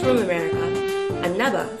from America, and Naba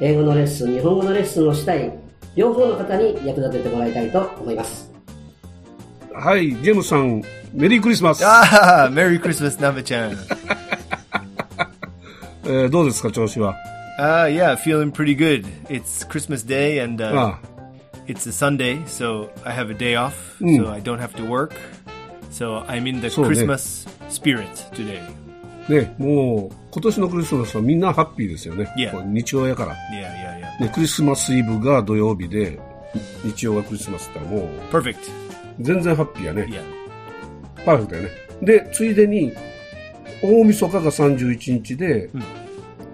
英語のレッスン日本語のレッスンをしたい両方の方に役立ててもらいたいと思いますはい、ジェームスさん、メリークリスマス。 Ah, Merry Christmas, Nava-chan. えーどうですか、調子は。 Ah, yeah, feeling pretty good. It's Christmas Day and uh, あ it's a Sunday, so I have a day off, so I don't have to work. So I'm in the So, yeah. Christmas spirit today. あね、もう、今年のクリスマスはみんなハッピーですよね。 Yeah. こう日曜やから、 Yeah, yeah, yeah. ね。クリスマスイブが土曜日で、日曜がクリスマスだったらもう、 Perfect. 全然ハッピーやね。 Yeah. パーフェクトやね。で、ついでに、大晦日が31日で、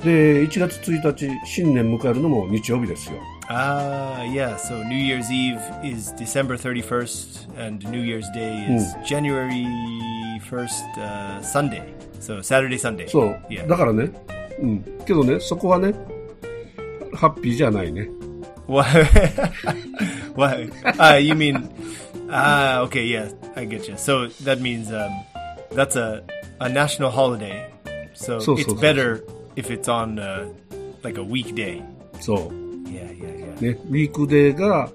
で、1月1日、新年迎えるのも日曜日ですよ。 Ah, yeah, so New Year's Eve is December 31st, and New Year's Day is January 1st, uh, Sunday. So Saturday, Sunday. そう。 Yeah. だからね、うん。けどね、そこはね、ハッピーじゃないね。 Why? Why? Ah, you mean? Ah, okay, yeah, I get you. So that means um, that's a a national holiday. So, So, so, it's so, better if it's on uh, like a weekday. そう。 Yeah, yeah, yeah. ね、ウィークデーが、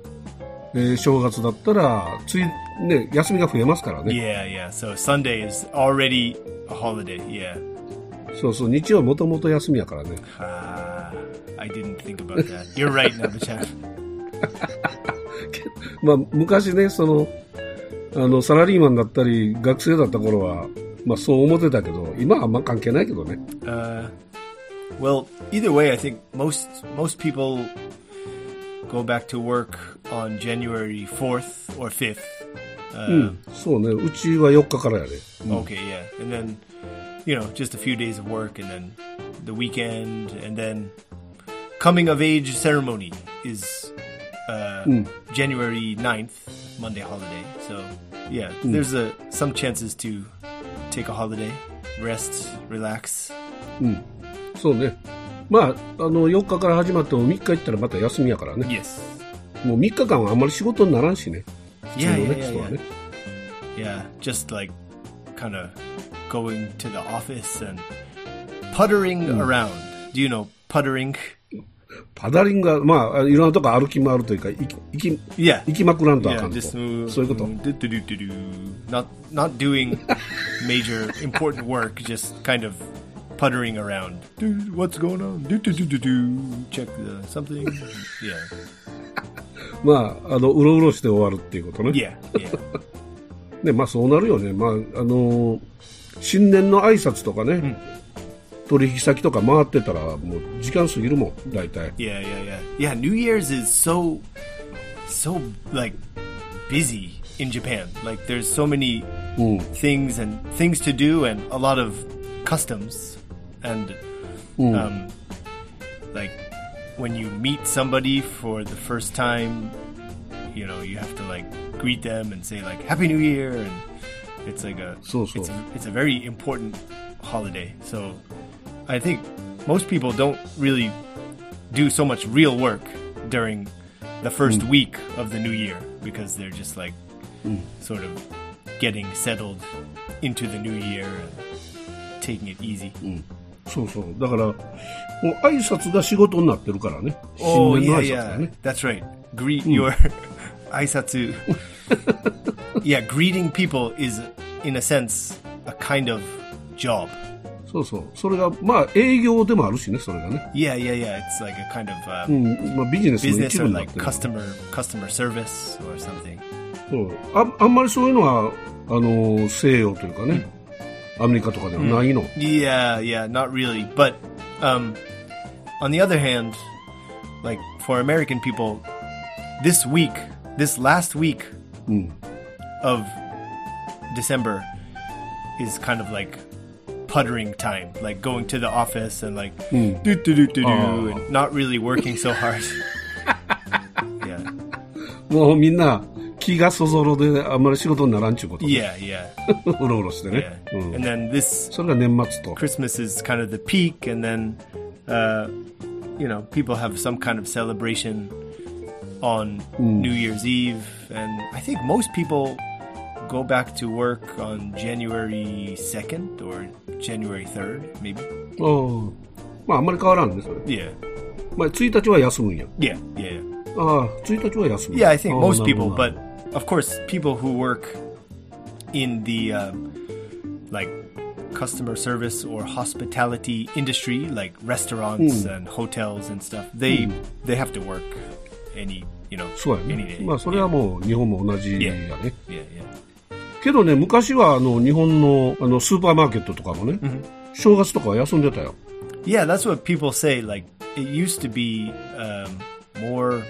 えー正月だったら、つい、ね、休みが増えますからね。 Yeah, yeah. So Sunday is already a holiday. Yeah. そうそう、日曜もともと休みやからね。 Ah, I didn't think about that. You're right, Nabachan. まあ、昔ね、その、あの、サラリーマンだったり、学生だった頃は、まあそう思ってたけど、今はあんま関係ないけどね。 Uh, well, either way, I think most most people go back to work on January fourth or fifth. うん。そうね、うちは4日からやね。 Okay, yeah. And then, you know, just a few days of work and then the weekend and then coming of age ceremony is uh, January 9th, Monday holiday. So, yeah, there's a some chances to take a holiday, rest, relax. そうね。まあ、あの、4日から始まっても3日行ったらまた休みやからね。 Yes. もう3日間はあんまり仕事にならんしね。 Yeah, 普通 yeah, のね、 yeah, 人は yeah. ね。 Yeah, just like kind of going to the office and puttering around. Do you know puttering? パダリングが、まあ、いろんなとこ歩き回るというか、行き、行き、 Yeah. 行きまくらんとあ yeah, かんと。 just そうい move. うこと。 do, do, do, do, do. Not not doing major important work, just kind of puttering around. Dude, what's going on? Do, do, do, do, do. Check the something. Yeah, まあ、あの、うろうろして終わるっていうことね。 yeah, yeah. ね、まあそうなるよね。まあ、あのー新年の挨拶とかね、取引先とか回ってたら、もう時間過ぎるもん、大体。 Yeah, yeah, yeah. Yeah, New Year's is so so like busy in Japan. Like there's so many things and things to do and a lot of customs and Hmm. um like when you meet somebody for the first time, you know, you have to like greet them and say like happy new year and it's like a So, so. it's a, it's a very important holiday. So I think most people don't really do so much real work during the first Hmm. week of the new year because they're just like sort of getting settled into the new year and taking it easy. そうそう。だから、もう挨拶が仕事になってるからね。 Oh 新年 yeah, の挨拶 yeah, がね。 that's right. Greet your aisatsu. yeah, greeting people is, in a sense, a kind of job. そうそう。それが、まあ営業でもあるしね、それがね。 Yeah, yeah, yeah. It's like a kind of uh, うん、まあビジネスの business 一 or 部になっ like てる。そ customer customer service or something. うああんまりそういうのは、あのー西洋というかね、アメリカとかではないの。 Yeah, yeah, not really. But um, on the other hand, like for American people, this week, this last week of December is kind of like puttering time, like going to the office and like do do do do do, and not really working so hard. yeah, もうみんな気がそぞろであんまり仕事にならんちゅうこと、ね。 yeah, yeah, うろうろして yeah. ね。うん And then this それが年末と。 Christmas is kind of the peak, and then uh, you know people have some kind of celebration on New Year's Eve, and I think most people go back to work on January second or January third, maybe. うんまああんまり変わらんね、それ。 Yeah, まあ1日は休むんや。 yeah, yeah. yeah. ああ、1日は休む。 Yeah, I think ああ most people, なる but of course, people who work in the um, like customer service or hospitality industry, like restaurants and hotels and stuff, they they have to work any you know ほどそうや any ね day.。まあそれはもう日本も同じやね。 yeah, yeah. けどね、昔はあの日本のあのスーパーマーケットとかもね、正月とかは休んでたよ。 Yeah, that's what people say. Like it used to be um, more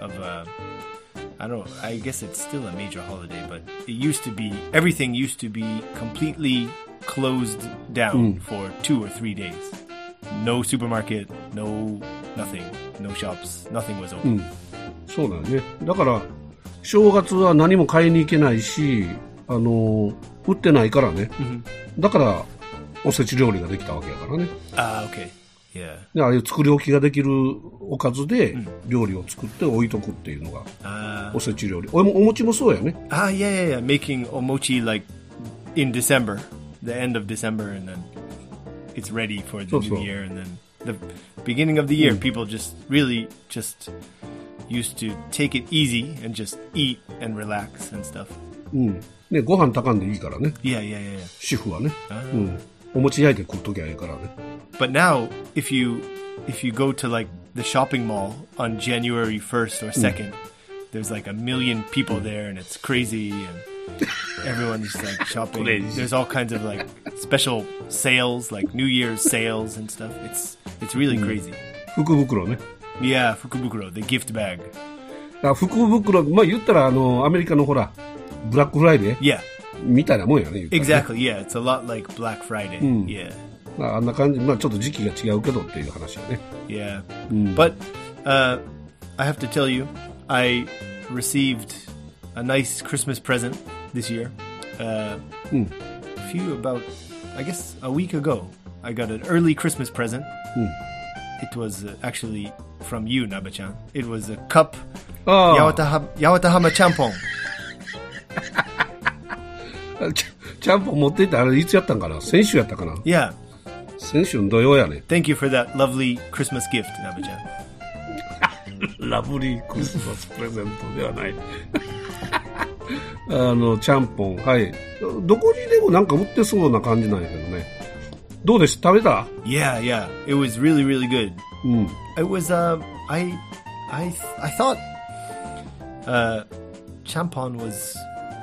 of a I don't. I guess it's still a major holiday, but it used to be everything used to be completely closed down for two or three days. No supermarket, no nothing, no shops, nothing was open. そうだよね。だから、正月は何も買いに行けないし、あの、売ってないからね。だから、おせち料理ができたわけやからね。 Ah, okay, yeah. で、ああいう作り置きができるおかずで、料理を作って置いとくっていうのが、 Ah, おせち料理。おお餅もそうやね。 ah, yeah, yeah, yeah. Making omochi like in December, the end of December, and then it's ready for the So, new so. Hmm. year, and then the beginning of the year, people just really just used to take it easy and just eat and relax and stuff. うん。ね、ご飯炊かんでいいからね。 Yeah, yeah, yeah. yeah. 主婦はね。うん。お餅焼いて食うときゃいいからね。 But now, if you if you go to like the shopping mall on January first or second, there's like a million people there, and it's crazy, and everyone's like shopping. There's all kinds of like special sales, like New Year's sales and stuff. It's it's really crazy. 福袋ね。 Yeah, fukubukuro, the gift bag. あ福袋、まあ言ったら、あの、アメリカのほら、ブラックフライデー Yeah, みたいなもんやね。言ったらね exactly. Yeah, it's a lot like Black Friday. Yeah. まあ、あんな感じ、まあ、ちょっと時期が違うけどっていう話やね。 Yeah. But uh, I have to tell you, I received a nice Christmas present this year. Uh, A few about, I guess, a week ago, I got an early Christmas present. It was uh, actually from you, Naba-chan. It was a cup あ Yawataha- Yawatahama champon. あ、ちちゃんぽん持っていったあれいつやったんかな先週やったかな Yeah. 先週の土曜やね。 Thank you for that lovely Christmas gift, Naba-chan. ラブリークリスマスプレゼントではない。 あの、ちゃんぽん、はい。どこにでもなんか売ってそうな感じなんやけどね。どうでした食べた Yeah, yeah. It was really, really good. うん。 It was um I I I thought uh champon was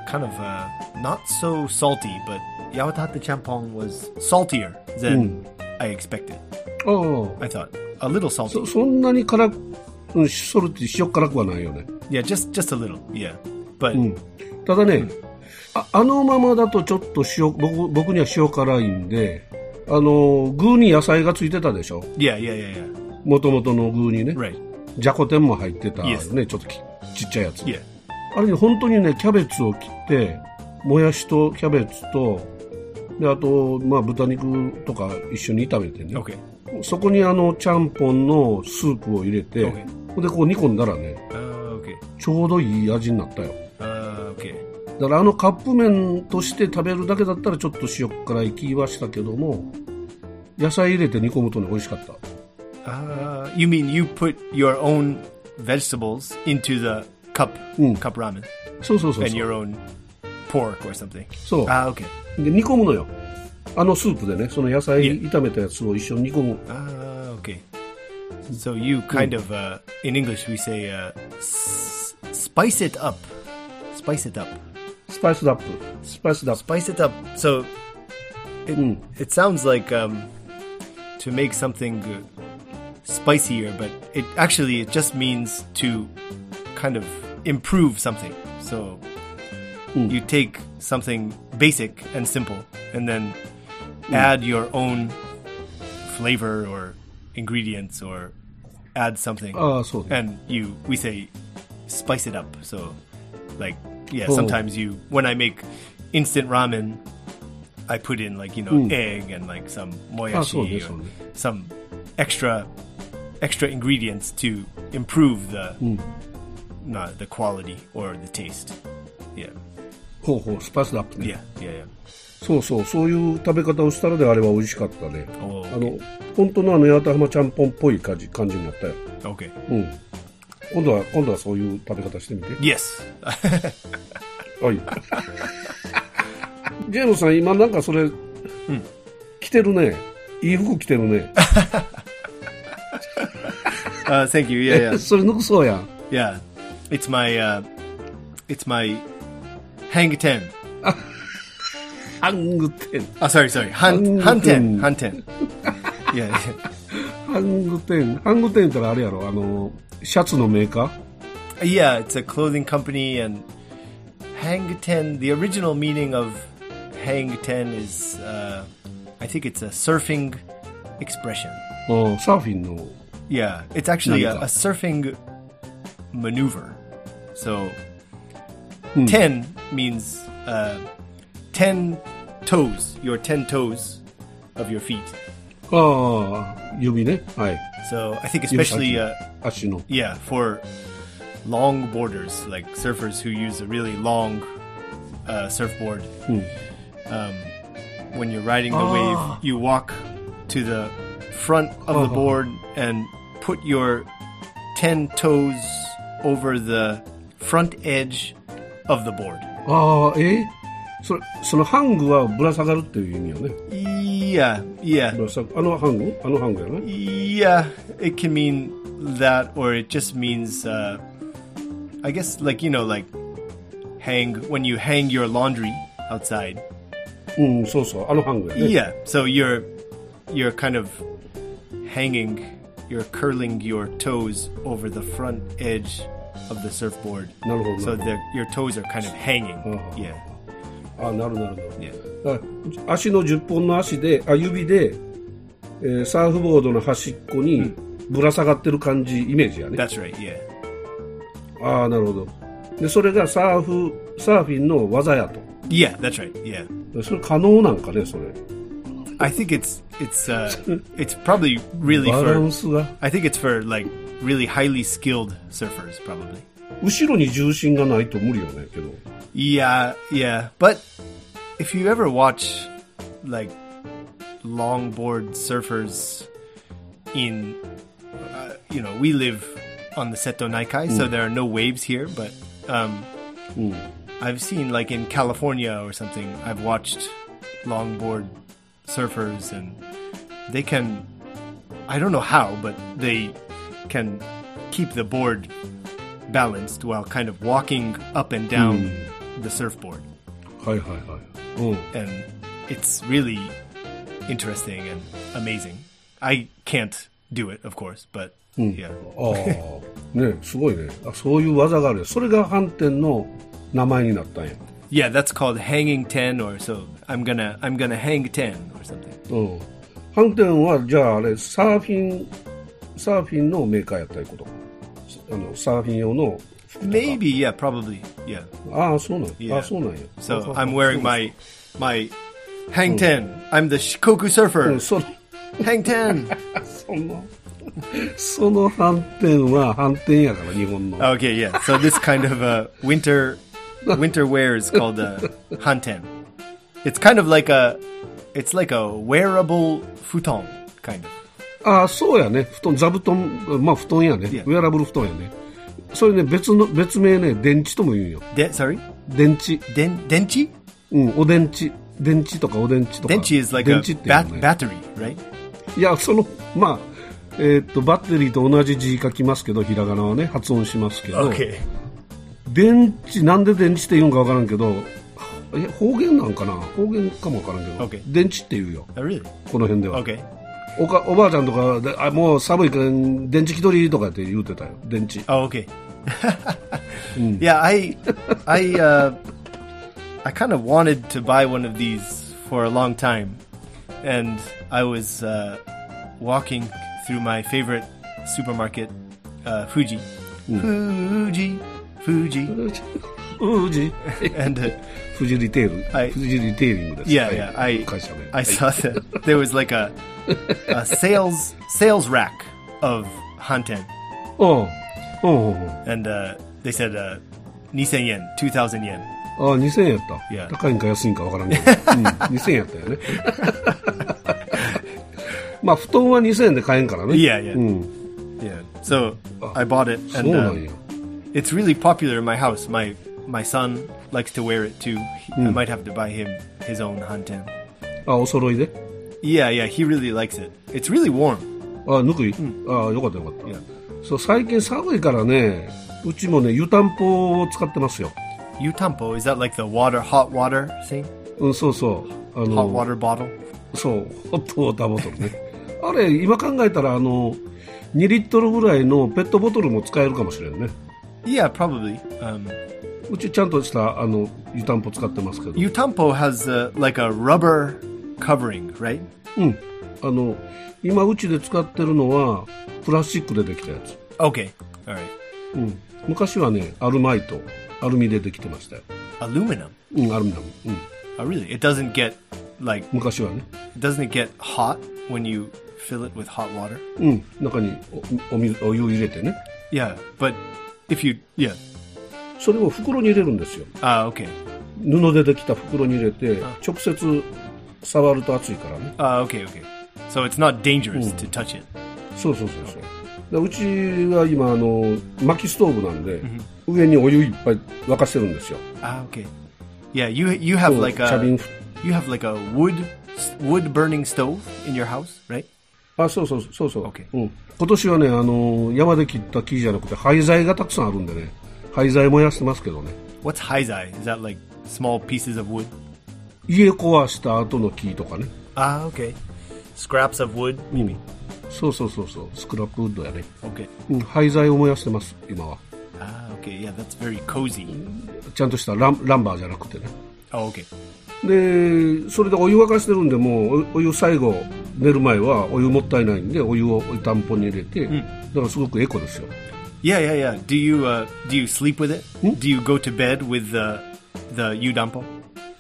kind of uh not so salty, but yaotate champon was saltier than I expected. あ I thought a little あ。 salty. そ、そんなに辛く、うん、ソルティ、塩辛くはないよね。 yeah, just just a little. Yeah. But ただね、ああのままだとちょっと塩僕僕には塩辛いんであの具に野菜がついてたでしょ yeah, yeah, yeah, yeah. もともとの具にね、 Right. じゃこ天も入ってた、ね Yes. ちょっときちっちゃいやつ、 Yeah. あれに本当にねキャベツを切ってもやしとキャベツとであと、まあ、豚肉とか一緒に炒めてね、 Okay. そこにあのちゃんぽんのスープを入れて、 Okay. ほんでこう煮込んだらね Uh, okay. ちょうどいい味になったよ Uh, okay. だからあのカップ麺として食べるだけだったらちょっと塩辛い気はしたけども野菜入れて煮込むとね美味しかった、 Uh, you mean you put your own vegetables into the cup cup ramen そうそうそう and そう your own pork or something? そう Ah, okay. で煮込むのよあのスープでねその野菜炒めたやつを一緒に煮込む Ah, okay. So you kind of, uh, in English, we say uh, s- spice it up. Spice it up. スパイスダップスパイスダップ Spice it up. So it, it sounds like um, to make something uh, spicier, but it actually it just means to kind of improve something. So you take something basic and simple, and then add your own flavor or ingredients or add something. Ah, so- And you, we say, spice it up. So, like, yeah, Oh. sometimes you, when I make instant ramen, I put in like you know egg and like some Ah, so moyashi Hmm. this or one. some extra extra ingredients to improve the Hmm. not the quality or the taste. Yeah, ほうほう、スパイスアップね。 yeah, yeah, yeah. そうそう、そういう食べ方をしたのであれば美味しかったね。おーあの、本当のあの八幡浜ちゃんぽんっぽい感じ感じになったよ。 Okay. うん。今度は、今度はそういう食べ方してみて。 Yes. はい。ジェームさん、今なんかそれ、着てるね。いい服着てるね。 Uh, thank you. Yeah, yeah, それ抜くそうやん。 yeah. It's my uh, it's my hang ten. ハングテン。 Oh, sorry, sorry. Han han ten han ten. Yeah, yeah. ハングテン。ハングテンったらあれやろ、あの、シャツのメーカー Yeah, it's a clothing company, and Hangten, the original meaning of Hangten is, uh, I think it's a surfing expression. うんサーフィンの。 Yeah, it's actually a, Nanda. a surfing maneuver. So, ten means uh, ten toes, your ten toes of your feet. ああ、指ね。はい。 So, I think especially. Uh, 足の。 Yeah, for long boarders, like surfers who use a really long uh, surfboard. Um, when you're riding the wave, you walk to the front of the board and put your 10 toes over the front edge of the board. ああ、えそれ、そのハングはぶら下がるっていう意味よね。 Yeah, yeah. ぶら下があのハングあのハングやね。 Yeah, it can mean that, or it just means, uh, I guess, like, you know, like hang, when you hang your laundry outside. うん、そうそう、あのハングやね。 Yeah, so you're, you're kind of hanging, you're curling your toes over the front edge of the surfboard. なるほど。なるほど So the, your toes are kind of hanging. Uh-huh. Yeah, あなるなるなる yeah. だから足の10本の足であ指で、えーサーフボードの端っこにぶら下がってる感じイメージやね That's right, yeah. ああなるほどでそれがサーフサーフィンの技やと Yeah, that's right, yeah. でそれ可能なんかねそれ I think it's, it's, uh, it's probably really バ for. ランスが I think it's for like really highly skilled surfers, probably. 後ろに重心がないと無理よねけど Yeah, yeah. But if you ever watch like longboard surfers in, uh, you know, we live on the Seto Naikai, so there are no waves here. But um, I've seen like in California or something, I've watched longboard surfers and they can, I don't know how, but they can keep the board balanced while kind of walking up and down the surfboard. はいはいはいうん And it's really interesting and amazing. I can't do it, of course, but yeah. ああ ねすごいねあそういう技があるよそれが反転の名前になったんや Yeah, that's called hanging 10 or so. I'm going to I'm going to hang 10 or something. うん反転はじゃああれサーフィンサーフィンのメーカーやったりことあのサーフィン用の Maybe, yeah, probably. Yeah. ああそうなん、 Yeah. ああそうなんや So ああ I'm wearing my my hang 10. I'm the Shikoku surfer. うんその Hang 10. そのその反転は反転やから日本の okay, yeah. So this kind of uh, winter winter wear is called uh, hanten. It's kind of like a it's like a wearable futon kind of. ああそうやね布団座布団まあ布団やね Yeah. ウェアラブル布団やねそれね別の別名ね電池とも言うんよ De- sorry, 電池 den denchi. うんお電池電池とかお電池とか Denchi is like 電 a 池っていうの bat- ね battery, right? いや、その、まあ、えーっと、バッテリーと同じ字書きますけど、ひらがなはね、発音しますけど、 Okay. 電池、なんで電池って言うんかわからんけど、え、方言なんかな方言かもわからんけど、 Okay. 電池って言うよ、 Oh, really? この辺では。 Okay. おかおばあちゃんとかであ、もう寒いから電池気取りとかって言うてたよ、電池。 Oh, okay. Yeah, I, I, uh, I kind of wanted to buy one of these for a long time, and I was uh, walking through my favorite supermarket, uh, Fuji. Fuji, Fuji, うじ and uh, フジリテール、はいフジリテーリングです。 yeah, はい yeah. I 会社名。 I はい saw that there was like a, a sales sales rack of Hanten, うんうんうんうん。あ and uh, they said uh, 2000 yen, 2000 yen. あ、2000円やっいやた。高いんか安いんかわからんけど。うん、2000円や ったよね。 まあ、布団は2000円で買えんからね。いやいやうん。 Yeah. So I bought it, そう and な uh, んや。 it's really popular in my house. My my son likes to wear it too. He, I might have to buy him his own hanten. あ、お揃いで。 Yeah, yeah, he really likes it. It's really warm. あ、ぬくい、あ、よかったよかった。いやそう、最近寒いからね、うちもね、湯たんぽを使ってますよ。 Yutampo is that like the water, hot water thing? うん、そうそう。あ Hot の、 water bottle. そう、ホットウォーターボトルね。あれ、今考えたら、あの、2リットルぐらいのペットボトルも使えるかもしれんね。 Yeah, probably. Um, うちちゃんとした、あの、湯たんぽ使ってますけど。 Yutampo has uh, like a rubber covering, right? うん。あの、今うちで使ってるのは、プラスチックでできたやつ。 Okay, all right. うん。昔はね、アルマイト、アルミでできてましたよ。 Aluminum. うん、アルミだもん。うん。 Oh, really? It doesn't get like 昔はね。 doesn't it get hot when you fill it with hot water? うん、中におお水お湯を入れてね Yeah, but if you yeah, それを袋に入れるんですよ ah okay, 布でできた袋に入れて直接触ると熱いからね ah okay okay, so it's not dangerous to touch it. そうそうそうそうでうちは今あの薪ストーブなんで、上にお湯いっぱい沸かしてるんですよ Ah okay, yeah you you have So, like a chubbing- you have like a wood wood burning stove in your house, right? あそうそうそうそう、 Okay. うん、今年はねあの山で切った木じゃなくて廃材がたくさんあるんでね廃材燃やしてますけどね What's haizai? Is that like small pieces of wood? 家壊した後の木とかね Ah okay, scraps of wood. 耳そうそうそうそうスクラップウッドやね、 Okay. うん、廃材を燃やしてます今は Ah okay, yeah that's very cozy. ちゃんとしたランランバーじゃなくてね Oh okay. でそれでお湯沸かしてるんでもうおお湯最後寝る前はお湯もったいないんでお湯をお湯たんぽに入れて、だからすごくエコですよ Yeah, yeah, yeah. Do you uh, do you sleep with it? Do you go to bed with the the udampo?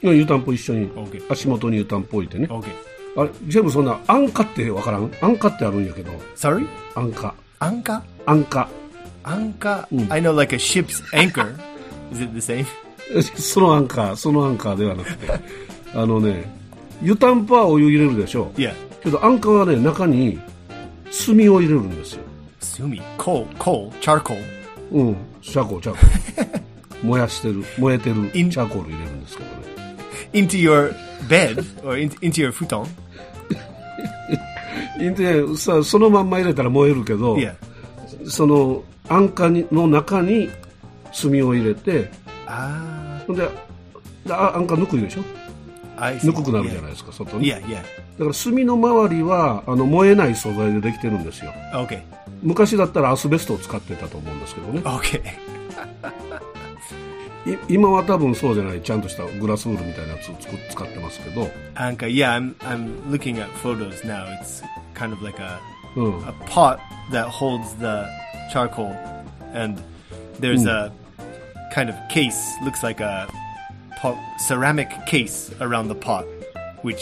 で湯たんぽ一緒に OK 足元に湯たんぽ置いてね Okay. あれジェームそんな安価ってわからん安価ってあるんやけど Sorry, 安価 anka, 安価 anka. I know, like a ship's anchor. Is it the same? その安価その安価ではなく てあのね湯たんぽはお湯入れるでしょ Yeah. けど安価はね中に炭を入れるんですよ Sumi, coal, coal, charcoal. うん、チャコ チャコ燃やしてる燃えてるチインャコール入れるんですけどね into your bed or in, into your futon. でさそのまんま入れたら燃えるけど、 Yeah. その安価にの中に炭を入れて Ah, ほんであ安価ぬくいでしょ I see. ぬくくなるじゃない yeah. ですか外にだ yeah, yeah. から炭の周りはあの燃えない素材でできてるんですよ Okay, 昔だったらアスベストを使ってたと思うんですけどね okay. い今は多分そうじゃないちゃんとしたグラスウールみたいなやつを作使ってますけど Anka. Yeah, I'm I'm looking at photos now. It's kind of like a うん a pot that holds the charcoal, and there's a kind of case, looks like a po- ceramic case around the pot, which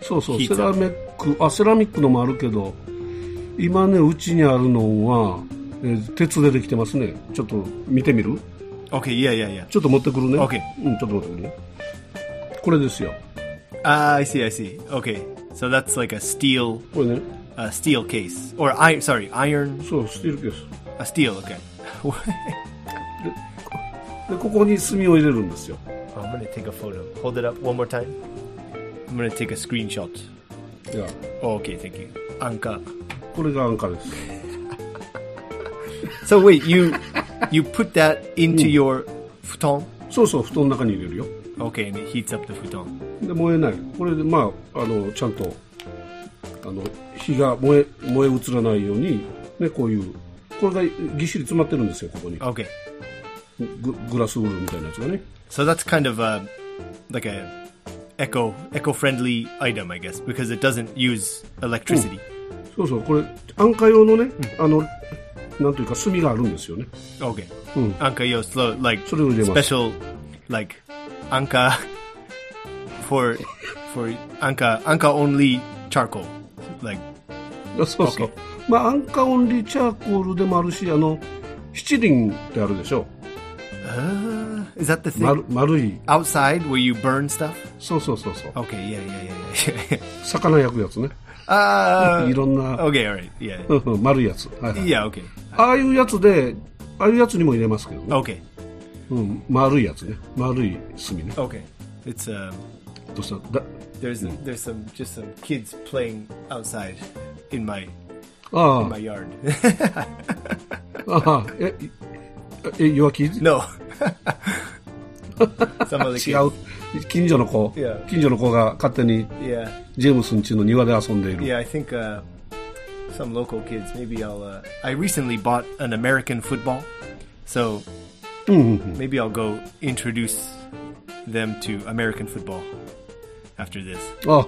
そうそう、ヒータセーラミック、あ、セラミックのもあるけど、今ね、うちにあるのは、えー鉄でできてますね。ちょっと見てみる okay, yeah, yeah, yeah. ちょっと持ってくるね。 OK うん、ちょっと持ってくるね。これですよ。 Ah, I see, I see. Okay, so that's like a steel, これね、 a steel case or iron. Sorry, iron, そう、スティールケース。 a steel. Okay, で、ここに炭を入れるんですよ。 I'm gonna take a photo. Hold it up one more time. I'm gonna take a screenshot. いや、 Oh, okay, thank you, Anka. これが安価です。 So wait, you you put that into your futon? そうそう、布団の中に入れるよ。 Okay, and it heats up the futon. で、燃えない。これで、まあ、あの、ちゃんと、あの、火が燃え、燃え移らないように、ね、こういう、これがぎっしり詰まってるんですよ、ここに。 Okay, ググラスウールみたいなやつがね。 so that's kind of a like a eco eco friendly item, I guess, because it doesn't use electricity. そうそう、これ、安価用のね、あの、なんというか、炭があるんですよね。 Okay. Anka yo slow like それを入れます。 special like anka for for anka anka only charcoal. Like あそうそう。 まあ、安価オンリーチャーコールでもあるし、あの、七輪ってあるでしょ。 uh, is that the thing 丸丸い。 outside where you burn stuff? そうそうそうそう。 Okay, yeah, yeah, yeah, yeah, yeah. 魚焼くやつね。 uh, いろんな、 okay, all right, yeah, うんうん丸いやつ。はいはい yeah, okay, ああいうやつで、ああいうやつにも入れますけどね。 okay, うん、丸いやつね。丸い炭ね。 okay. It's um, どうしただ there's there's some just some kids playing outside in my あ my yard. あ、ああ、え、え、弱気 no, some of the 違 kids. う。近所の子いや、近所の子が勝手に Yeah, ジェームスん家の庭で遊んでいる。 yeah. I think uh, some local kids. Maybe I'll. Uh, I recently bought an American football, so maybe I'll go introduce them to American football after this. あ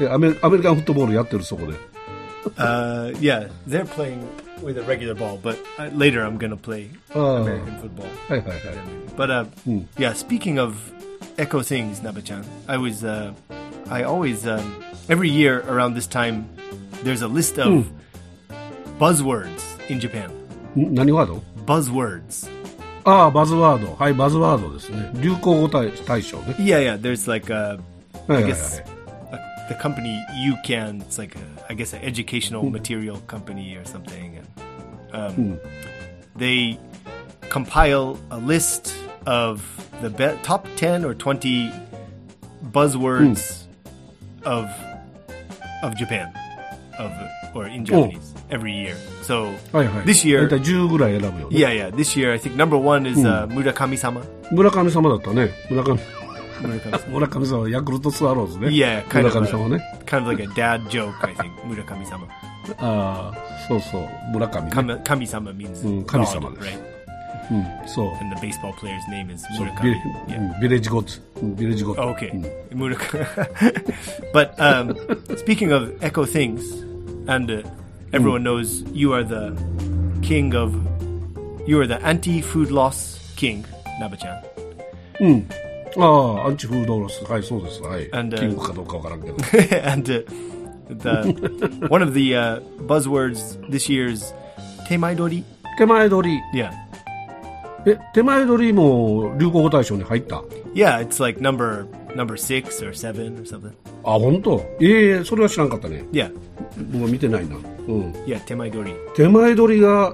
あ、えアメアメリカンフットボールやってるそこで。 Uh, yeah, they're playing with a regular ball, but uh, later I'm gonna play Oh. American football. はいはいはい。 But uh, yeah, speaking of echo things, Nabachan, I was, uh, I always, um, every year around this time, there's a list of buzzwords in Japan. ん何ワード Buzzwords. ああ、バズワード。はい、バズワードですね。流行語大大賞ね。 Yeah, yeah. There's like, は uh, い I はいはい。 guess, a, the company you can. It's like, a, I guess, an educational material company or something. And, um, They compile a list of the be- top ten or twenty buzzwords of of Japan, of or in Japanese every year. So はいはい。 this year, 大体10ぐらい選ぶよね。 yeah, yeah. This year, I think number one is uh, Murakami sama. 村上様だったね。村上、 Murakami sama. 村上様、ヤクルトスワローズね。 Yeah, kind 村上 of a, 様ね。 kind of like a dad joke, I think. Murakami sama. ああ、そうそう、村上、ね。 Kami sama means Mm, God, kami-samaです。 right? そう。 And the baseball player's name is ビレ Murakami. Yeah. Oh, うんビレッジゴッツ。うんビレッジゴッツ。 Okay, うん Murakami. but um, speaking of echo things, and uh, Mm. everyone knows you are the king of, you are the anti-food loss king, Nabachan. ああ、アンチフードロス。はい、そうです。はい。キ And, uh, ングかどうかわからんけど。 and uh, the one of the uh, buzzwords this year's temaidori. 手前取り。 Yeah, え、手前取りも流行語大賞に入った。あ、 yeah. It's like number number six or seven or something. 本当。ええそれは知らんかったね。 Yeah, 僕は見てないな。うん。 yeah. Temaidori. 手前取りが、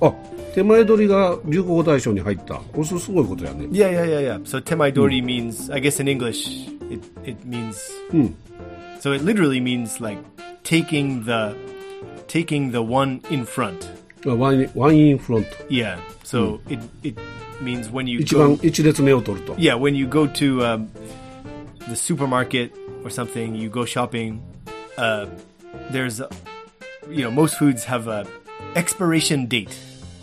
あ、手前取りが流行語大賞に入った。これすごいことやね。 Yeah, yeah, yeah, yeah. So temaidori means, I guess, in English, it it means. So it literally means like taking the taking the one in front. ワイン、ワインインフロント。 Yeah. So it it means when you 一 go 番、一列目を取ると。 yeah when you go to um, the supermarket or something you go shopping uh, there's uh, you know most foods have a expiration date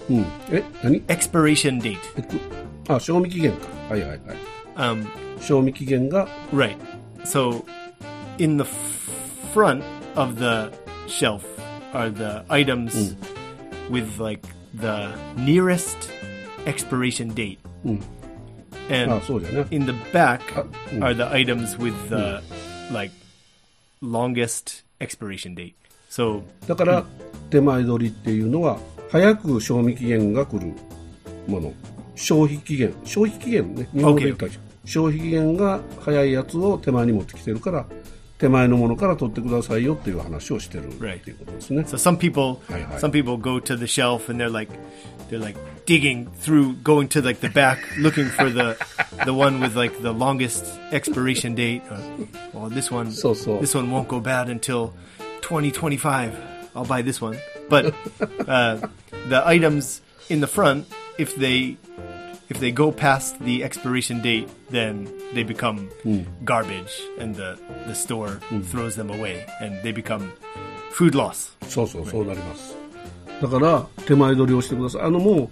うん。え、何 expiration date あ、賞味期限か。はいはいはい。 um, 賞味期限が、 right so in the f- front of the shelf are the items with like the nearest expiration date and あ、そうじゃね。 in the back Oh, mm. are the items with the like longest expiration date. So だから、手前取りっていうのは早く賞味期限が来るもの消費期限消費期限ね日本語で言ったでしょ消費期限が早いやつを手前に持ってきてるから手前のものから取ってくださいよっていう話をしてるって Right. いうことですね、 so some people Hi, hi. some people go to the shelf and they're like they're like digging through going to like the back looking for the the one with like the longest expiration date or well this one So, so. this one won't go bad until 2025 I'll buy this one but uh, the items in the front if they if they go past the expiration date, then they become garbage, and the the store throws them away, and they become food loss. そうそうそうなりますだから手前取りをしてくださいあのも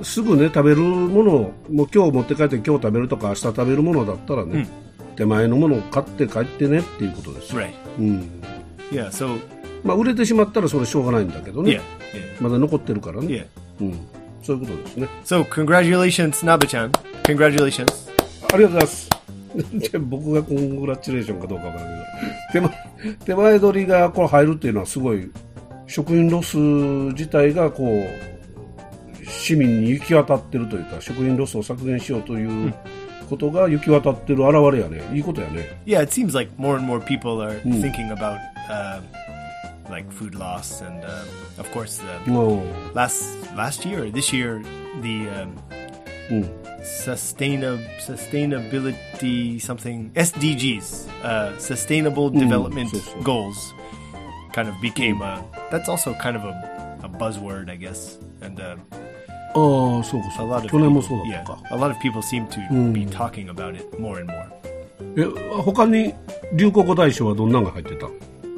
うすぐね食べるものをもう今日持って帰って今日食べるとか明日食べるものだったらね、手前のものを買って帰ってねっていうことですよ、 Right. うん、 Yeah. So まあ売れてしまったらそれしょうがないんだけどね、 yeah, yeah, まだ残ってるからね、 yeah. うん、そういうことですね So congratulations, Nabachan. Congratulations. ありがとうございます で僕がコングラチュレーションかどうかわからないけど手前手前取りがこう入るっていうのはすごい食品ロス自体がこう市民に行き渡ってるというか食品ロスを削減しようということが行き渡ってる表れやねいいことやね Yeah, it seems like more and more people are thinking about um, like food loss, and um, of course, the もう last last year, or this year, the um, うん sustainab- sustainability something SDGs, uh, Sustainable Development so, so. Goals, kind of became a. That's also kind of a, a buzzword, I guess, and uh, ああそうか a そうか lot of 去年も people, そうだ yeah, ったか、 a lot of people seem to be talking about it more and more. え他に流行語大賞はどんなのが入ってた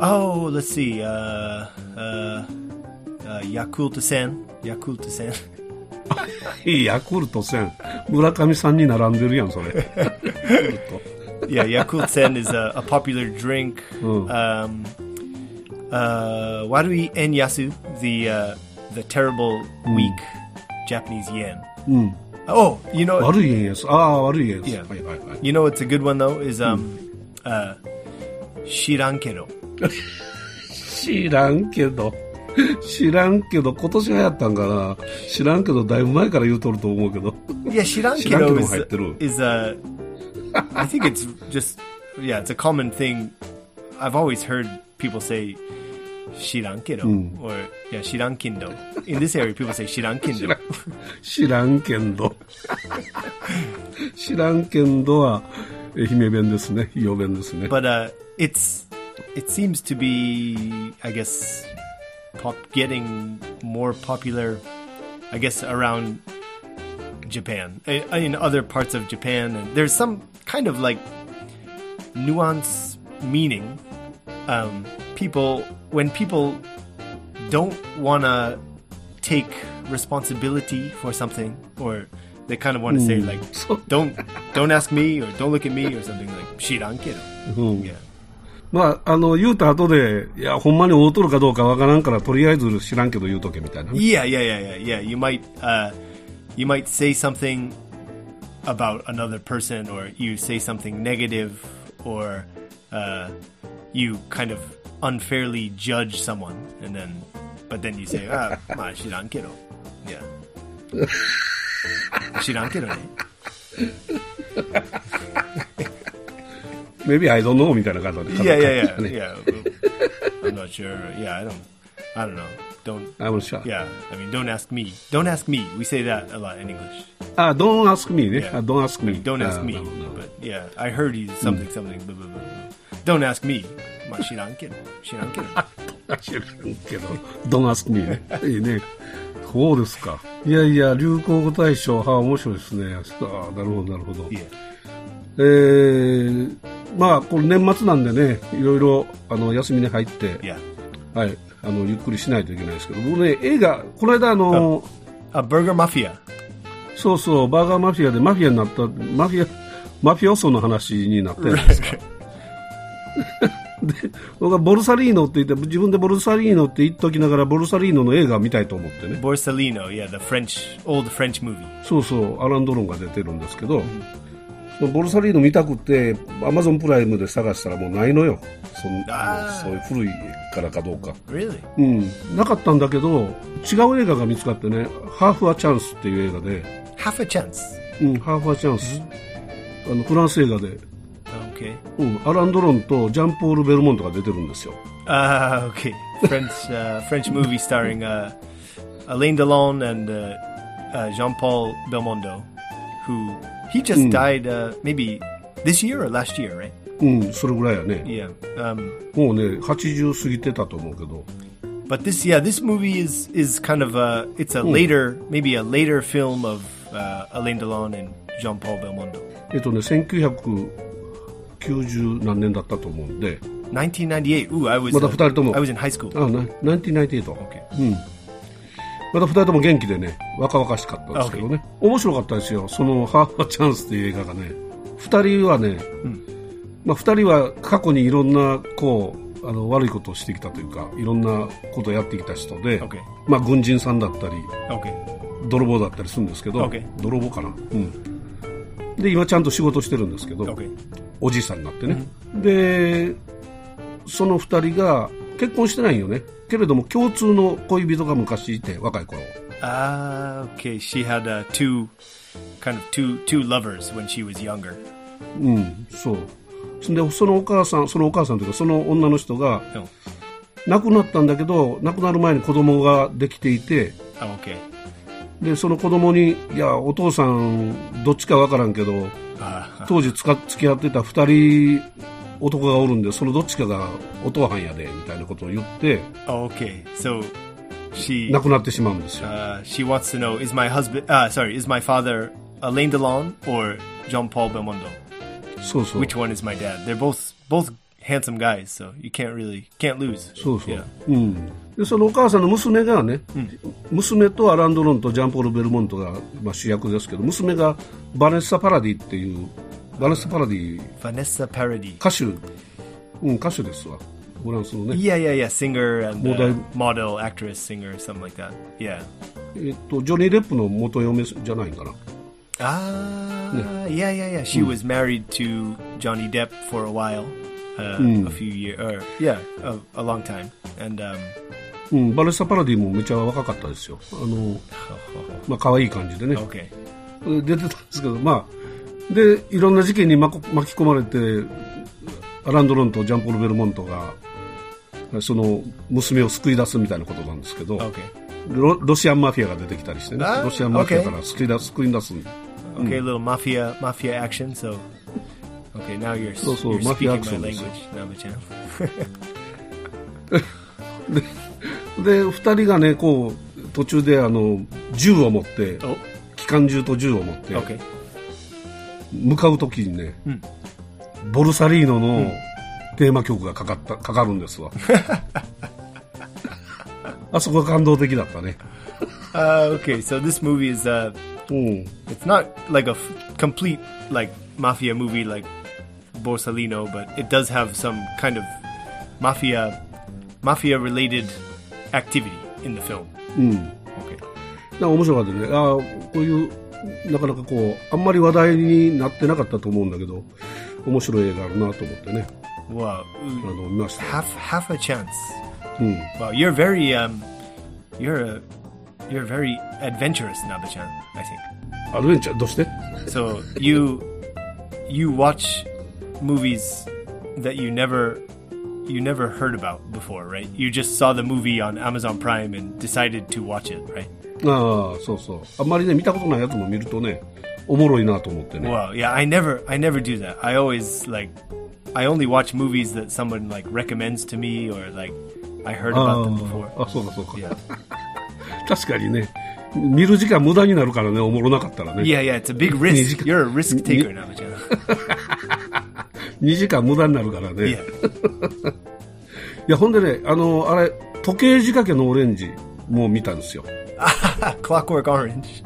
Oh, let's see, uh, uh, uh, Yakultasen, Yakultasen. いいヤクルト1000村上さんに並んでるやんそれ yeah, Yakultsen is a, a popular drink. Um, uh, Warui Enyasu, the uh, the terrible weak Japanese yen. Oh, you know, 悪い円安ああ悪い円安いやはいはいはい you know, it's a good one though. Is um, uh, Shirankero. 知らんけど 知らんけど今年流行ったんかな知らんけどだいぶ前から言うとると思うけど Yeah, Shirankero 知らんけど入ってる。 is is uh, I think it's just yeah, it's a common thing. I've always heard people say Shirankero or yeah, Shirankindo. In this area, people say Shirankindo. 知らんけんど 知らんけんどは愛媛弁ですね伊予弁です ね but uh, it's it seems to be I guess pop getting more popular I guess around Japan I- in other parts of Japan and there's some kind of like nuance meaning um, people when people don't want to take responsibility for something or they kind of want to say like don't don't ask me or don't look at me or something like shirankeru うん、 yeah. まああの言うた後でいやほんまに会うとるかどうかわからんからとりあえず知らんけど言うとけみたいなね Yeah, yeah, yeah, yeah, yeah. You might uh, you might say something about another person, or you say something negative, or uh, you kind of unfairly judge someone, and then but then you say, ah, ma shirankedo. Yeah. shirankedo ne. Maybe I don't know みたいな感じで Yeah, yeah, yeah, ね yeah. I'm not sure. Yeah, I don't. I don't know. Don't. I'm sure. Yeah, I mean, don't ask me. Don't ask me. We say that a lot in English. あ、Don't ask me ね。 Yeah. あ Uh, Don't ask me. Uh, Don't ask あ me. なるほどなるほど But yeah, I heard he's something, Mm. something. Blah, blah, blah, blah. Don't ask me. Ma, shiranken. Shiranken. 知らんけど、Don't ask me ね。いいね。そうですか。いやいや、流行語大賞、はあ、面白いですね。ああ、なるほど、なるほど。 Yeah. えー、まあ、これ年末なんでね、いろいろ、あの、休みに入って、 Yeah. はい、あの、ゆっくりしないといけないですけど、僕ね、映画、この間、あの、 Uh, Burger Mafia. そうそう、バーガーマフィアでマフィアになった、マフィア、マフィオソの話になったやんですか。で、僕はボルサリーノって言って、自分でボルサリーノって言っときながら、ボルサリーノの映画見たいと思ってね。 Borsalino. Yeah, the French, old French movie. そうそう、アラン・ドロンが出てるんですけど、ボルサリーノ見たくて、アマゾンプライムで探したらもうないのよ。そんあのあーそういう古いからかどうか。 Really? うん。なかったんだけど、違う映画が見つかってね、ハーフ・ア・チャンスっていう映画で、 Half a chance. うん、ハーフ・ア・チャンス。あの、フランス映画で、 Okay. うん、アラン・ドロンとジャンポール・ベルモントが出てるんですよ。 Ah, okay. French, uh, French movie starring uh, Alain Delon and uh, uh, Jean-Paul Belmondo, who he just Mm. died uh, maybe this year or last year, right? うん、それぐらいやね。 Yeah. Um, もうね、80過ぎてたと思うけど。 But this, yeah, this movie is is kind of a it's a later maybe a later film of uh, Alain Delon and Jean Paul Belmondo, えっとね、1990何年だったと思うんで、 1998. Ooh, I was また uh, 二人とも I was in high school. あ、な1998。 Okay. また二人とも元気でね、若々しかったんですけどね。面白かったですよ。その、ハーフ・チャンスっていう映画がね。二人はね、まあ、2人は過去にいろんなこうあの悪いことをしてきたというかいろんなことをやってきた人で、 Okay. まあ、軍人さんだったり Okay. 泥棒だったりするんですけど、 Okay. 泥棒かな、うん、で今ちゃんと仕事してるんですけど、 Okay. おじいさんになってね、でその2人が結婚してないよねけれども共通の恋人が昔いて若い頃 Ah, okay. She had uh, two, kind of two two lovers when she was younger. うんそうそんでそのお母さんそのお母さんというかその女の人が No. 亡くなったんだけど亡くなる前に子供ができていて Oh, okay. でその子供に「いやお父さんどっちかわからんけど Uh, 当時つか付き合ってた2人男がおるんでそのどっちかがお父はんやで」みたいなことを言って oh, okay. So she 亡くなってしまうんですよ uh, she wants to know is my husband uh, sorry is my father Alain Delon or Jean Paul Belmondo? そうそう Which one is my dad? They're both both handsome guys, so you can't really can't lose. そうそう Yeah.、うん、でそのお母さんの娘がね、娘とアラン・ドロンとジャンポール・ベルモントが、まあ、主役ですけど娘がバネッサ・パラディっていうバネッサ・パラディ Vanessa Paradis. 歌手、うん、歌手ですわフランスのね、 Yeah, yeah, yeah. Singer and Well, uh, they- model, actress, singer, something like that. Yeah. えっと、ジョニー・デップの元嫁じゃないかな Ah, yeah, yeah, yeah. She was married to Johnny Depp for a while, uh, a few years, or yeah, a, a long time. And um, うん、バネッサ・パラディもめちゃ若かったですよあの、まあ可愛い感じでね okay, 出てたんですけどまあでいろんな事件に巻こ巻き込まれてアラン・ドロンとジャンポール・ベルモントがその娘を救い出すみたいなことなんですけど、 okay, ロロシアンマフィアが出てきたりしてねあーロシアンマフィアから救い出す救い出す okay. Little mafia, mafia action. So, okay, now you're, s- So- so you're mafia speaking action my is- language now, the channel. で2人がねこう途中であの銃を持って、 Oh, 機関銃と銃を持って、 okay. 向かう時にね、ボルサリーノのテーマ曲がかかったかかるんです わあそこが感動的だったね Uh, okay, so this movie is uh, うん、 it's not like a f- complete like mafia movie like Borsalino, but it does have some kind of mafia mafia related activity in the film. Okay. なんか面白かったねあーこういうなかなかこうあんまり話題になってなかったと思うんだけど面白い映画あるなと思ってね Wow. あの見ました Half half a chance. うん、 Wow, you're very um you're a you're very adventurous, Nabachan, I think. アドベンチャーどうして So you you watch movies that you never you never heard about before, right? You just saw the movie on Amazon Prime and decided to watch it, right? ああそうそうあんまりね見たことないやつも見るとねおもろいなと思ってね Wow, yeah, I never I never do that. I always like I only watch movies that someone like recommends to me or like I heard あ about them ー before. あそうかそうか Yeah. 確かにね見る時間無駄になるからねおもろなかったらね Yeah, yeah, it's a big risk. You're a risk taker now, John. 2時間無駄になるからね、 Yeah. いやほんでねあのあれ時計仕掛けのオレンジも見たんですよ Ah, Clockwork Orange.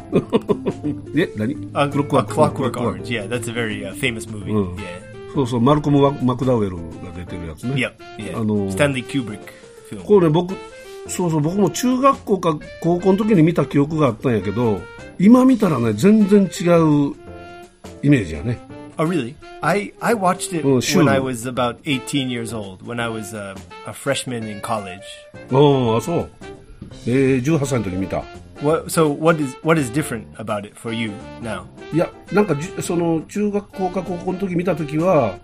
え何 Uh, クロックワー uh, ク Clockwork クロックワー Orange. Yeah, that's a very uh, famous movie. Mm. Yeah. クそうそうマルコム・ワマクダウェルが出てるやつね Yep. Yeah. あの Stanley Kubrick film. これね僕そうそう僕も中学校か高校の時に見た記憶があったんやけど今見たらね全然違うイメージやね Oh, really? I, I watched it Oh, when sure. I was about 18 years old, when I was uh, a freshman in college. ああそうえー、18歳の時見た What, so what is what is different about it for you now? いやなんかじゅその中学校か高校の時見た時は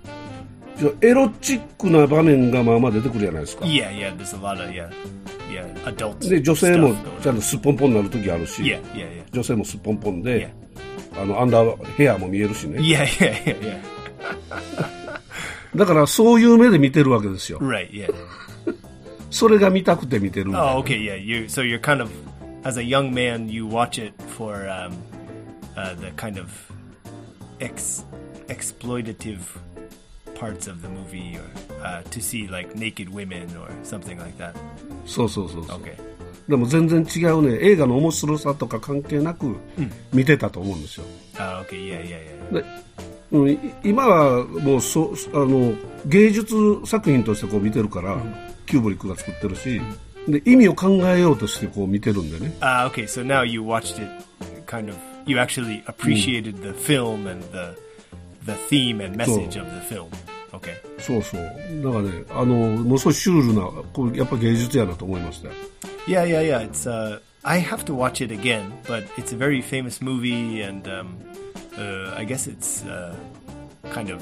じゃエロチックな場面がまあまあ出てくるじゃないですか Yeah, yeah. There's a lot of yeah, yeah. Adult で stuff 女性も going on. ちゃんとすっぽんぽんになる時あるし、 Yeah, yeah, yeah, 女性もすっぽんぽんで、あのアンダーヘアも見えるしね yeah, yeah, yeah, yeah. だからそういう目で見てるわけですよ Right, yeah. それが見たくて見てるみたいな Oh, okay, yeah. You so you're kind of as a young man, you watch it for um, uh, the kind of ex exploitative parts of the movie, or uh, to see like naked women or something like that. そうそうそうそう Okay. でも全然違うね映画の面白さとか関係なく見てたと思うんですよ Uh, okay. Oh, Yeah, yeah, yeah. でうん、い今はもうそあの芸術作品としてこう見てるから、キューブリックが作ってるし、で意味を考えようとしてこう見てるんでね Ah, okay, so now you watched it kind of you actually appreciated the film and the the theme and message of the film. Okay. そうそうだからねあのものすごいシュールなこうやっぱ芸術やなと思いましたよ Yeah, yeah, yeah. It's uh I have to watch it again, but it's a very famous movie and um uh, I guess it's uh kind of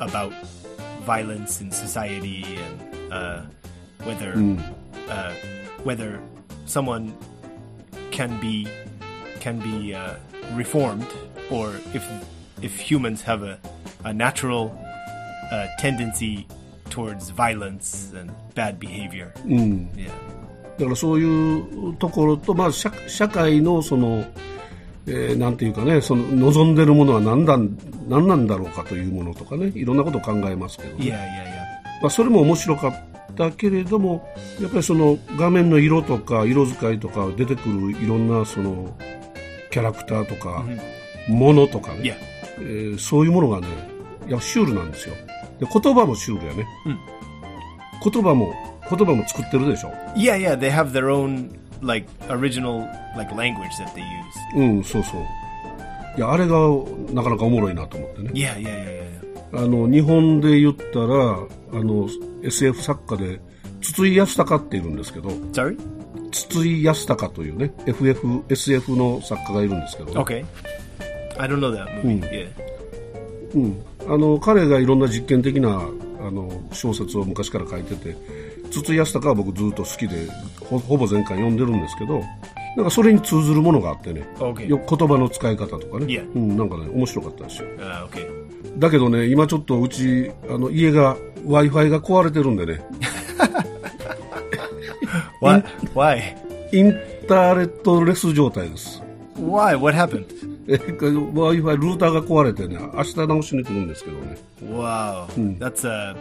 about violence in society and uh whether uh whether someone can be can be uh, reformed, or if if humans have a, a natural uh, tendency towards violence and bad behavior. Yeah. だからそういうところと、まあ、社社会のその、えーなんていうかねその望んでるものは何だ何なんだろうかというものとかねいろんなことを考えますけど、ね Yeah, yeah, まあ、それも面白かったけれどもやっぱりその画面の色とか色使いとか出てくるいろんなそのキャラクターとか、ものとかね、 yeah. え Yeah. ーそういうものがねいやシュールなんですよで言葉もシュールやね、うん言葉も言葉も作ってるでしょ Yeah, yeah. They have their own like original like language that they use. うん、そうそう。いや、あれがなかなかおもろいなと思ってね。 Yeah, yeah, yeah, yeah. yeah. あの、日本で言ったら、あの、SF 作家で、筒井康隆っているんですけど、 Sorry. 筒井康隆というね、FF、SF の作家がいるんですけど、 Okay. I don't know that movie. Hmm. Yeah. うん。あの、彼がいろんな実験的な、あの、小説を昔から書いてて、筒井康隆は僕ずっと好きで、ほほぼ全巻読んでるんですけど、なんかそれに通ずるものがあってね、 Okay. よ言葉の使い方とかね、いやうん、なんかね、面白かったですよ。 Uh, okay. だけどね、今ちょっとうち、あの、家が、Wi-Fi が壊れてるんでね、 What? Why? インターネットレス状態です。 Why? What happened? え、Wi-Fi、ルーターが壊れてね、明日直しに来るんですけどね。 Wow, Hmm. that's a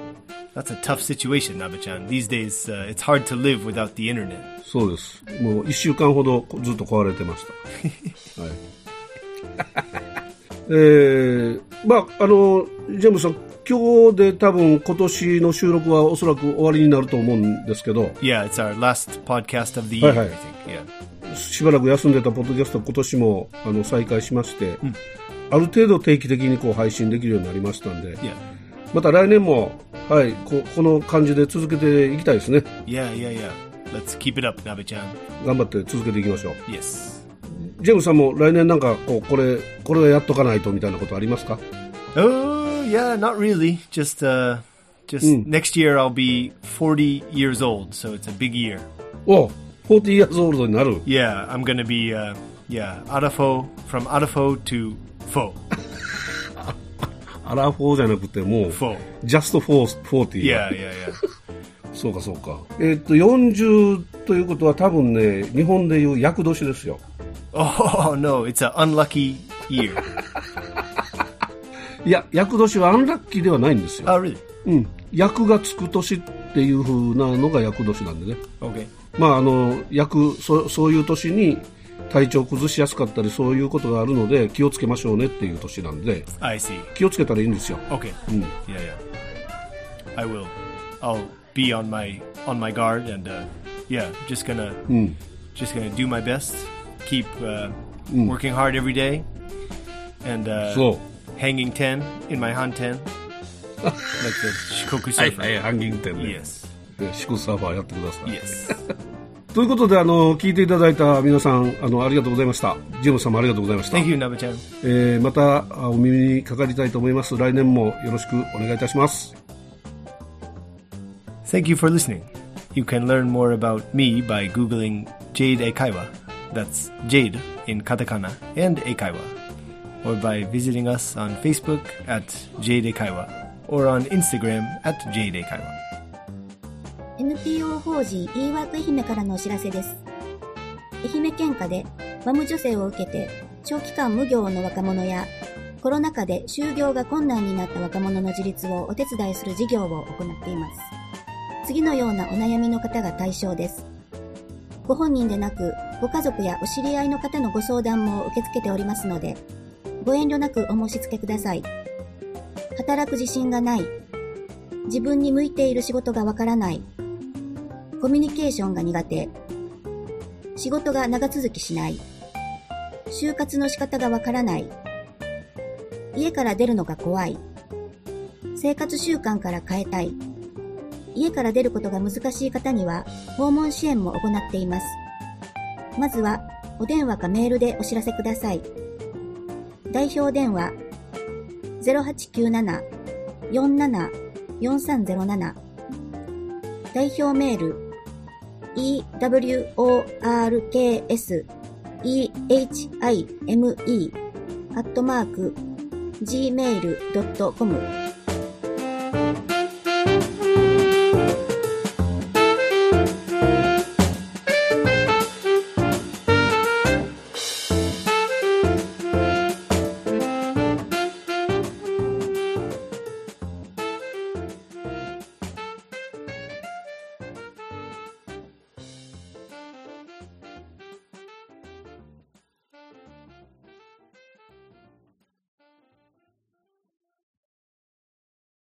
that's a tough situation, Nabachan. These days, uh, it's hard to live without the internet. そうです。もう一週間ほどこずっと壊れてました。はい。 えー、まあ、あの、ジェームスさん、今日で多分今年の収録はおそらく終わりになると思うんですけど、 Yeah, it's our last podcast of the year, Hi, hi. I think. Yeah, しばらく休んでたポッドキャスト今年もあの再開しまして、ある程度定期的にこう配信できるようになりましたんで、 yeah, また来年も、はい、ここの感じで続けていきたいですね。 yeah, yeah, yeah. Let's keep it up, Nabachan. 頑張って続けていきましょう。 Yes. ジェームさんも来年なんかこう、これ、これはやっとかないとみたいなことありますか Oh, yeah, not really. Just uh, just next year I'll be forty years old, so it's a big year. お40 years old になる。 Yeah, I'm gonna be uh, yeah, Arafo from Arafo to Fo アラフォーじゃなくてもう、 Fo. ジャストフォー40。 Yeah, yeah, yeah. そうかそうか。えっと、40ということは多分ね、日本でいう厄年ですよ。 Oh no, it's an unlucky year. いや、厄年はアンラッキーではないんですよ。 Oh, really? うん、役がつく年っていう風なのが役年なんでね、 Okay. まああの役そそういう年に体調崩しやすかったり、そういうことがあるので、気をつけましょうねっていう年なんで、 I see. 気をつけたらいいんですよ、 Okay. Yeah, yeah. I will. I'll be on my on my guard and uh, yeah, just gonna just gonna do my best. Keep uh, working hard every day and uh, そう、 hanging ten in my hanten, like the shikoku はい surfer. はい、ハンギング店で、 Yes. でシクサーファーやってください。 Yes. ということであの、聞いていただいた皆さんあの、ありがとうございました、ジムさんもありがとうございました、 Thank you, Nabe-chan. えーまたあお耳にかかりたいと思います、来年もよろしくお願いいたします。 Thank you for listening. You can learn more about me by Googling Jade Eikaiwa. That's Jade in katakana and Eikaiwa. Or by visiting us on Facebook at Jade Eikaiwa. Or on Instagram at Jade Eikaiwa. NPO 法人 e ワーク愛媛からのお知らせです。愛媛県下でマム助成を受けて長期間無業の若者やコロナ禍で就業が困難になった若者の自立をお手伝いする事業を行っています。次のようなお悩みの方が対象です。ご本人でなくご家族やお知り合いの方のご相談も受け付けておりますのでご遠慮なくお申し付けください。働く自信がない、自分に向いている仕事がわからない、コミュニケーションが苦手、仕事が長続きしない、就活の仕方がわからない、家から出るのが怖い、生活習慣から変えたい、家から出ることが難しい方には訪問支援も行っています。まずはお電話かメールでお知らせください。代表電話0897-47-4307代表メール eworksehime アットマーク gmail.com